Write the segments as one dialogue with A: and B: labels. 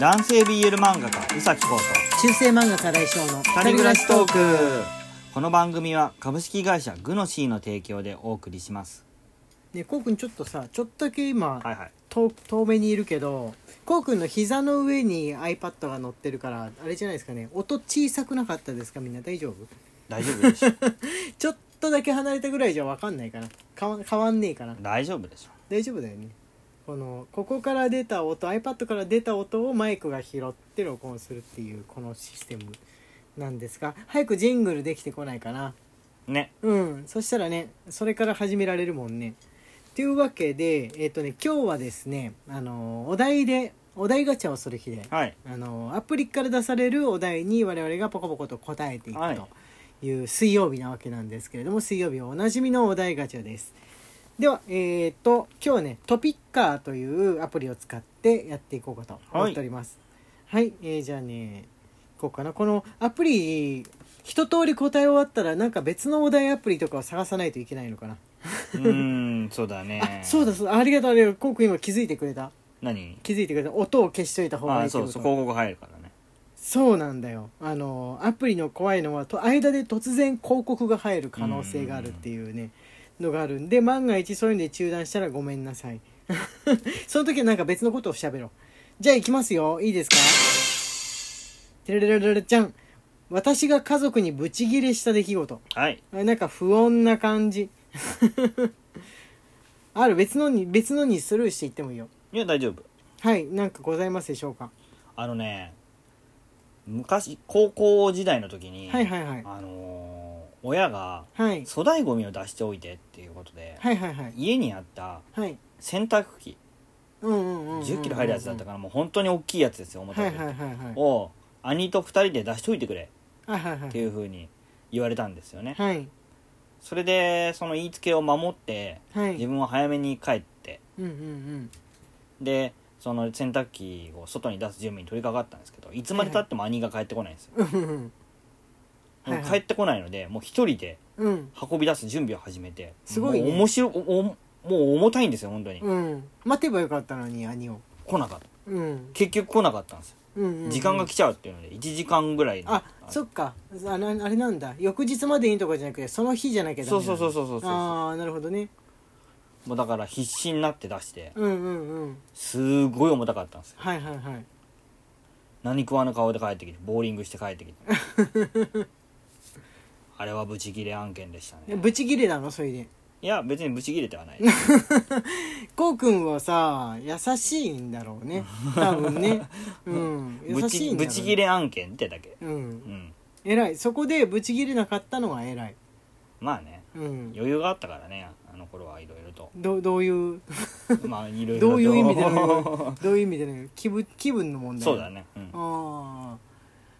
A: 男性 BL 漫画家宇崎浩と
B: 中世漫画家大賞の
A: 二人暮らしトークこの番組は株式会社グノシーの提供でお送りします
B: ねこうくんちょっとさちょっとだけ今、
A: はいはい
B: 遠遠目にいるけどこうくんの膝の上に iPad が乗ってるからあれじゃないですかね音小さくなかったですかみんな大丈夫
A: 大丈夫でしょ
B: ちょっとだけ離れたぐらいじゃ分かんないかなかわ変わんねえかな
A: 大丈夫でしょ
B: 大丈夫だよねこのここから出た音 iPad から出た音をマイクが拾って録音するっていうこのシステムなんですが早くジングルできてこないかな
A: ね
B: うんそしたらねそれから始められるもんねというわけでえっ、とね今日はですねあのお題でお題ガチャをする日で、
A: はい
B: あのアプリから出されるお題に我々がポコポコと答えていく
A: は
B: という水曜日なわけなんですけれども水曜日はおなじみのお題ガチャですではえっ、と今日はねトピッカーというアプリを使ってやっていこうかと思っておりますはい、えーじゃあねいこうかなこのアプリ一通り答え終わったらなんか別のお題アプリとかを探さないといけないのかな、
A: うーんそうだね
B: あそうだそうだありがとうありがとうコウ君今気づいてくれた
A: 何
B: 気づいてくれた音を消しといた方がいい
A: あ
B: って
A: そ
B: こ
A: う
B: と
A: そう広告入るからね
B: そうなんだよあのアプリの怖いのはと間で突然広告が入る可能性があるっていうねのがあるんで万が一そういうので中断したらごめんなさいその時はなんか別のことをしゃべろうじゃあ行きますよいいですかてれれれれれちゃん私が家族にブチギレした出来事
A: はい
B: あなんか不穏な感じある別のに別のにスルーしていってもいいよ
A: いや大丈夫
B: はいなんかございますでしょうか
A: あのね昔高校時代の時に、
B: はいはいはい
A: あのー親が
B: はい
A: 粗大ゴミを出しておいてっていうことで、
B: はいはいはい
A: 家にあった
B: はい
A: 洗濯機
B: 1
A: 1 0キロ入るやつだったからもう本当に大きいやつですよ重た
B: はいい
A: やつ
B: はいはいはい
A: を兄と2人で出しといてくれ
B: はいはいは
A: っていうふうに言われたんですよね
B: い
A: それでその言いつけを守って
B: はい
A: 自分は早めに帰って
B: うんうん
A: でその洗濯機を外に出す準備に取り掛かったんですけどいつまでたっても兄が帰ってこないんですよ
B: うんうんうんはいはい
A: もう帰ってこないのでもう一人で
B: うん
A: 運び出す準備を始めて
B: すごいね
A: もう面白いおおもう重たいんですよ本当に
B: うん待てばよかったのに兄を
A: 来なかった
B: うん
A: 結局来なかったんですよ
B: うんうん
A: 時間が来ちゃうっていうので1時間ぐらいの
B: あそっかあなあれなんだ翌日までにとかじゃなくてその日じゃなきゃダ
A: そ
B: メな
A: うん
B: だ
A: そうそうそうそうそう
B: ああなるほどね
A: もうだから必死になって出して
B: うんうんうん
A: すごい重たかったんですよ
B: はいはいはい
A: 何食わぬ顔で帰ってきてボーリングして帰って きてあれはブチギレ案件でした
B: え
A: ね
B: ブチギレなのそれで
A: いや別にブチギレてはない
B: こうくんはさ優しいんだろうね多分ね うん優
A: ブ
B: しい
A: チ
B: んだろうね
A: ブチギレ案件ってだけ
B: う
A: うんん
B: 偉いそこでブチギレなかったのが偉い
A: まあね
B: うん
A: 余裕があったからねあの頃はいろいろ と
B: どどういう
A: まあいろいろと
B: どういう意味でのどういう意味での気分気分の問 題
A: そうだね、うん
B: あー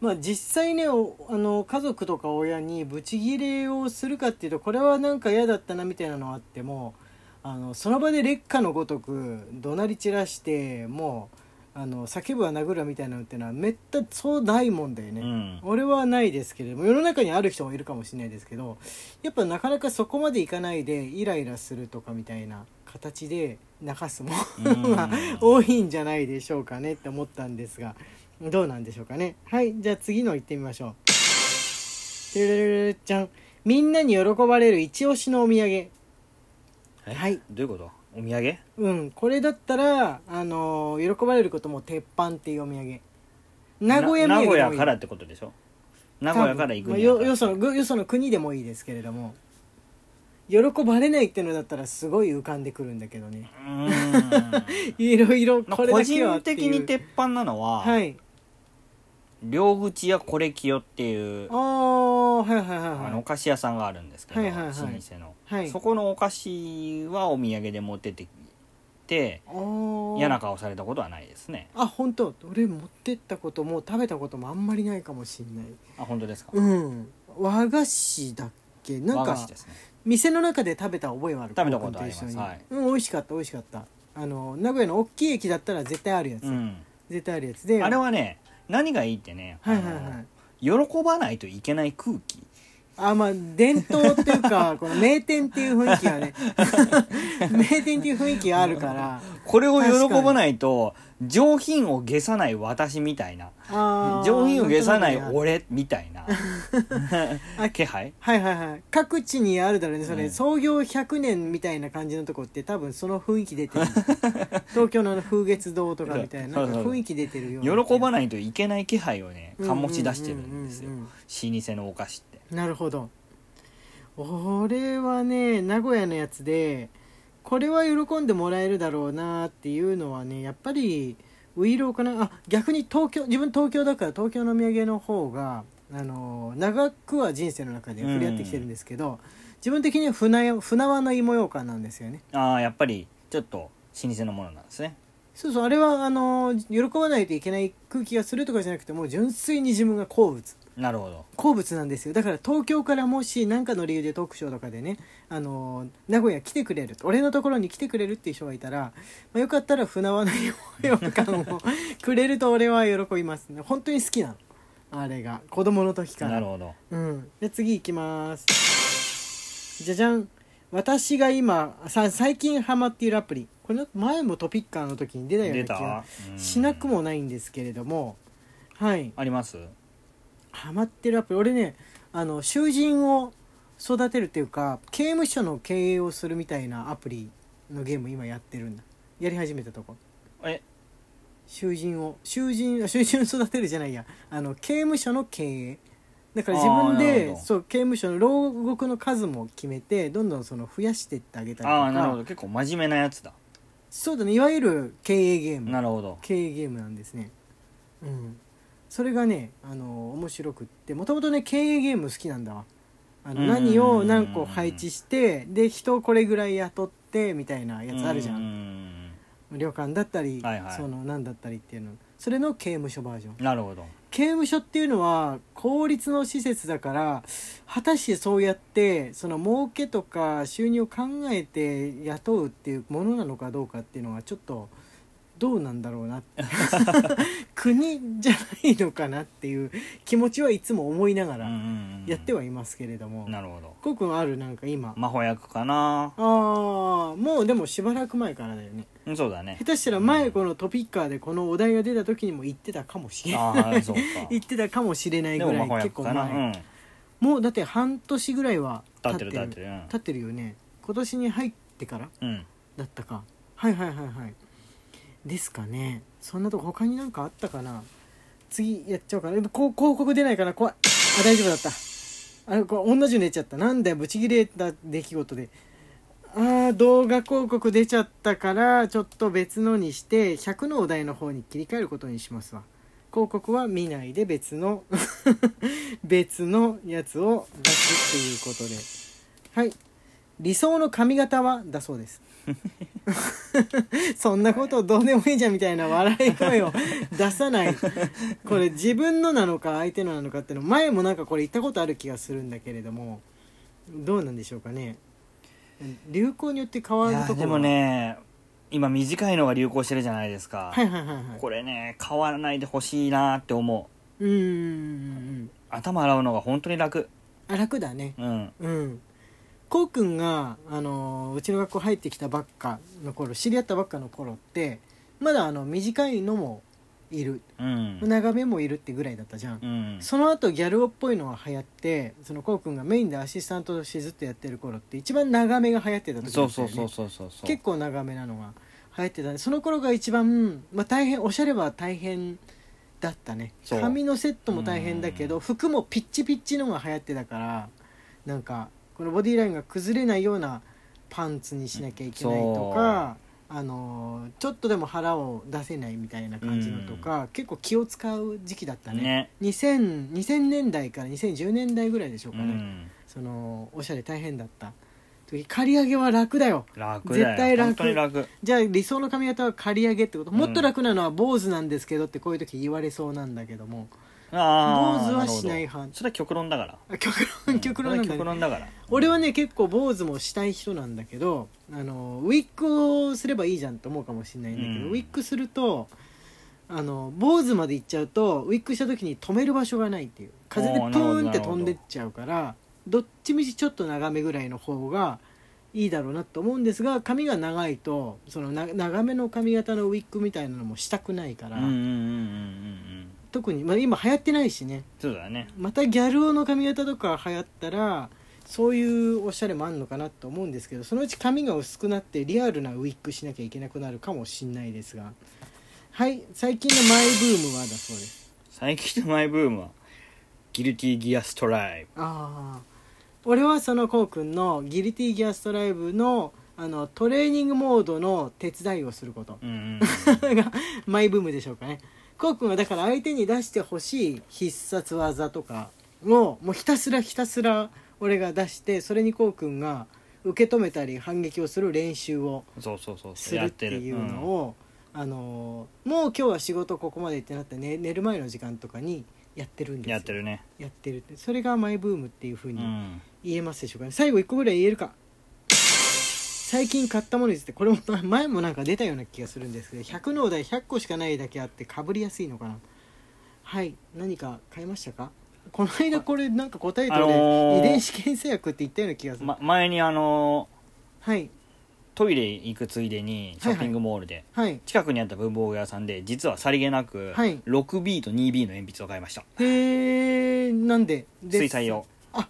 B: まあ実際ねおあの家族とか親にブチギレをするかっていうとこれはなんか嫌だったなみたいなのはあってもあのその場で劣化のごとく怒鳴り散らしてもうあの叫ぶは殴るわみたいなのってのはめったにそうないもんだよね、
A: う ん
B: 俺はないですけれども世の中にある人もいるかもしれないですけどやっぱなかなかそこまでいかないでイライラするとかみたいな形で泣かすも
A: うん
B: んは多いんじゃないでしょうかねって思ったんですがどうなんでしょうかねはいじゃあ次の行ってみましょうてるるるるじゃんみんなに喜ばれる一押しのお土産
A: え
B: はい
A: どういうことお土産
B: うんこれだったらあのー喜ばれることも鉄板っていうお土産名古
A: な
B: 屋土産で
A: 名
B: もい
A: 古
B: い
A: 屋からってことでしょ名古屋から行く
B: まあ
A: にあ
B: よ
A: たって
B: よそのぐよその国でもいいですけれども喜ばれないっていうのだったらすごい浮かんでくるんだけど ね
A: うーん
B: いろいろ
A: まあ
B: これ
A: 個
B: だけは
A: 人
B: っていう
A: 的に鉄板なのは、
B: はい
A: 両口やコレキヨっていう
B: ああはいはいはい
A: あ
B: は
A: のお
B: い
A: 菓子屋さんがあるんですけど、
B: はいはいはい
A: 老舗の、
B: はい
A: そこのお菓子はお土産で持ってってきて
B: あー
A: 嫌な顔されたことはないですね
B: あ本当俺持ってったことも食べたこともあんまりないかもしんない
A: あ本当ですか、
B: うん和菓子だっけなん
A: 和菓
B: か
A: 子ですね
B: 店の中で食べた覚えはある
A: 食べたことあります
B: コウ君一緒に
A: はい
B: うん美味しかった美味しかったあの名古屋の大きい駅だったら絶対あるやつ、
A: うん
B: 絶対あるやつで
A: あれはね何がいいってね、
B: はいはいは
A: あ
B: い
A: の喜ばないといけない空気
B: あまあ伝統ってい うかこの名店っていう雰囲気 がね名店っていう雰囲気があるから
A: これを喜ばないと上品を下さない私みたいな
B: あ ー
A: 上品を下さない
B: んとくね
A: 俺みたい な
B: あ
A: 気配
B: はいはいはい各地にあるだろうねそれ、
A: うん
B: 創業100年みたいな感じのとこって多分その雰囲気 出てる東京のあの風月堂とかみたいな
A: そう
B: なん
A: そう
B: か雰囲気出てるよう
A: 喜ば
B: ない
A: ないといけない気配をね醸し出してるんですよ老舗のお菓子って
B: なるほど俺はね名古屋のやつでこれは喜んでもらえるだろうなっていうのはねやっぱりウイローかなあ逆に東京自分東京だから東京のお土産の方があの長くは人生の中で触れ合ってきてるんですけど、自分的には船屋船輪の芋ようかんなんですよね
A: ああやっぱりちょっと老舗のものなんですね
B: そうそうあれはあの喜ばないといけない空気がするとかじゃなくてもう純粋に自分が好物
A: なるほど
B: 好物なんですよだから東京からもし何かの理由でトークショーとかでね、あのー名古屋来てくれる俺のところに来てくれるっていう人がいたら、まあ、よかったら船輪のようかんをくれると俺は喜びますね本当に好きなのあれが子供の時か
A: な
B: ら
A: るほど
B: うんで次行きますじゃじゃん私が今さ最近ハマっているアプリこれなんか前もトピッカーの時に出たよう
A: 出
B: な気が
A: た
B: しなく
A: うん
B: もないんですけれどもはい
A: あります
B: ハマってるアプリ俺ねあの囚人を育てるっていうか刑務所の経営をするみたいなアプリのゲーム今やってるんだやり始めたとこ
A: え
B: 囚人を囚人あ囚人を育てるじゃないやあの刑務所の経営だから自分
A: あーなる
B: で
A: ほど
B: そう刑務所の牢獄の数も決めてどんどんその増やしてってあげたりと
A: ああーなるほ
B: か
A: ど結構真面目なやつだ
B: そうだねいわゆる経営ゲーム
A: なるほど
B: 経営ゲームなんですねうんそれがねあの面白くってもともとね経営ゲーム好きなんだわあの
A: うん
B: 何を何個配置してで人をこれぐらい雇ってみたいなやつあるじゃ
A: うんん
B: 旅館だったり、
A: はいはい
B: その何だったりっていうのそれの刑務所バージョン
A: なるほど
B: 刑務所っていうのは公立の施設だから果たしてそうやってその儲けとか収入を考えて雇うっていうものなのかどうかっていうのはちょっとどうなんだろうなって 国じゃないのかなっていう気持ちはいつも思いなが
A: うんう
B: ら
A: んうん
B: やってはいますけれども、
A: なるほど
B: こうくんあるなんか今、
A: 魔法役かな
B: あーもうでもしばらく前からだよね
A: うんそうだね
B: 下手したら前このトピッカーでこのお題が出た時にも言ってたかもしれ ない。
A: ああそうか
B: 言ってたかもしれない
A: で
B: ぐ
A: も
B: ら
A: 魔
B: い
A: 法
B: 結
A: 役
B: 構
A: か
B: 前、
A: なうん
B: もうだって半年ぐらいは
A: 立ってる立って
B: る
A: る
B: 立ってるよね今年に入ってから
A: うんうん
B: だったかはいはいはいはいですかねそんなとこ他になんかあったかな次やっちゃおうかなこう広告出ないから怖いあ大丈夫だったあこれ同じの出ちゃったなんだよブチギレた出来事であー動画広告出ちゃったからちょっと別のにして100のお題の方に切り替えることにしますわ広告は見ないで別の 別のやつを出すっていうことではい理想の髪型はだそうです そんなことどうでもいいじゃんみたいな笑い 声を出さないこれ自分のなのか相手のなのかっての前もなんかこれ言ったことある気がするんだけれどもどうなんでしょうかね流行によって変わ
A: い
B: る
A: や
B: ところ
A: でもね今短いのが流行してるじゃないですか、
B: はいはいはいはい
A: これね変わらないでほしいなって思う
B: うーん
A: 頭洗うのが本当に楽
B: あ楽だね
A: うん
B: うんこうくんが、あのーうちの学校入ってきたばっかの頃知り合ったばっかの頃ってまだあの短いのもいる
A: うん
B: 長めもいるってぐらいだったじゃん、
A: うん
B: その後ギャル男っぽいのが流行ってそのこうくんがメインでアシスタントとしてずっとやってる頃って一番長めが流行ってた時だった
A: そ
B: よ
A: う
B: ね
A: そうそうそうそうそう
B: 結構長めなのが流行ってたねその頃が一番、まあ、大変おしゃれは大変だったね
A: そう
B: 髪のセットも大変だけ
A: う
B: ど服もピッチピッチのが流行ってたからなんかこのボディラインが崩れないようなパンツにしなきゃいけないとか、あのーちょっとでも腹を出せないみたいな感じのとか、結構気を使う時期だったね
A: ね
B: 2000, 2000年代から2010年代ぐらいでしょう
A: う
B: かね、
A: ん
B: そのおしゃれ大変だった時刈り上げは楽だよ
A: 楽だよ
B: 絶対楽
A: 本当に楽
B: じゃあ理想の髪型は刈り上げってこと、
A: うん
B: もっと楽なのは坊主なんですけどってこういう時言われそうなんだけども
A: あー
B: 坊主は
A: るほど
B: しない派
A: それは極論だから
B: あ極論極論なん
A: それは極
B: だ、ね、
A: 論だから
B: 俺はね結構坊主もしたい人なんだけどあのウィッグをすればいいじゃんと思うかもしれないんだけど、
A: うん
B: ウィッグするとあの坊主まで行っちゃうとウィッグした時に止める場所がないっていう風で
A: お
B: プ
A: ーなるほど
B: ーンって飛んでっちゃうからどっちみちちょっと長めぐらいの方がいいだろうなと思うんですが髪が長いとそのな長めの髪型のウィッグみたいなのもしたくないから、
A: うんうんうんうんうん
B: 特に、まあ、今流行ってないしね
A: そうだね
B: またギャル男の髪型とか流行ったらそういうおしゃれもあんのかなと思うんですけどそのうち髪が薄くなってリアルなウィッグしなきゃいけなくなるかもしんないですがはい最近のマイブームはだそうです
A: 最近のマイブームはギルティギアストライブ
B: ああ俺はそのこうくんのギリティギアストライブのあのトレーニングモードの手伝いをすること
A: うんうん
B: がマイブームでしょうかねこうくんはだから相手に出してほしい必殺技とかをもうひたすらひたすら俺が出してそれにこうくんが受け止めたり反撃をする練習を
A: うんそうそうそうそ
B: す
A: う
B: る
A: や
B: っ
A: ってて
B: い
A: る
B: うのを、あのーもう今日は仕事ここまでってなって、ね、寝る前の時間とかにやってるん
A: う
B: です
A: ん
B: よ
A: やってるね
B: やってるってそれがマイブームっていうふう
A: う
B: に
A: ん
B: 言えますでしょうかね最後1個ぐらい言えるか最近買ったものについてこれも ま前もなんか出たような気がするんですけど100のお題100個しかないだけあってかぶりやすいのかなはい何か買いましたかこの間これなんか答えたね、
A: あのー
B: 遺伝子検査薬って言ったような気がする、
A: ま前にあの
B: はい
A: トイレ行くついでにショッピングモールで
B: はい
A: 近くにあった文房具屋さんで実はさりげなく
B: はい
A: 6B と 2B の鉛筆を買いました
B: へえなんでで
A: 水彩用
B: はい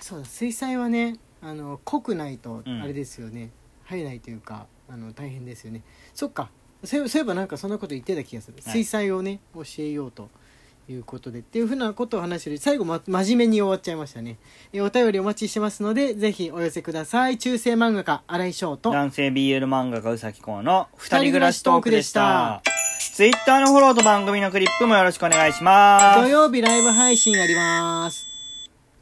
B: そうだ水彩はねあの濃くないと
A: うん
B: あれですよね、入らないというかあの大変ですよねそっかそうそういえばなんかそんなこと言ってた気がする、
A: はい
B: 水彩をね教えようということでっていうふうなことを話してる最後、ま、真面目に終わっちゃいましたねえお便りお待ちしてますのでぜひお寄せください中世漫画家新井翔と
A: 男性 BL 漫画家うさきこうの二
B: 二人
A: 人
B: 暮
A: 暮
B: ら
A: ら
B: し
A: し
B: ト
A: ト
B: ー
A: ー
B: ク
A: ク
B: で
A: で
B: し
A: したた Twitter のフォローと番組のクリップもよろしくお願いしま
B: 土
A: す
B: 曜日ライブ配信やります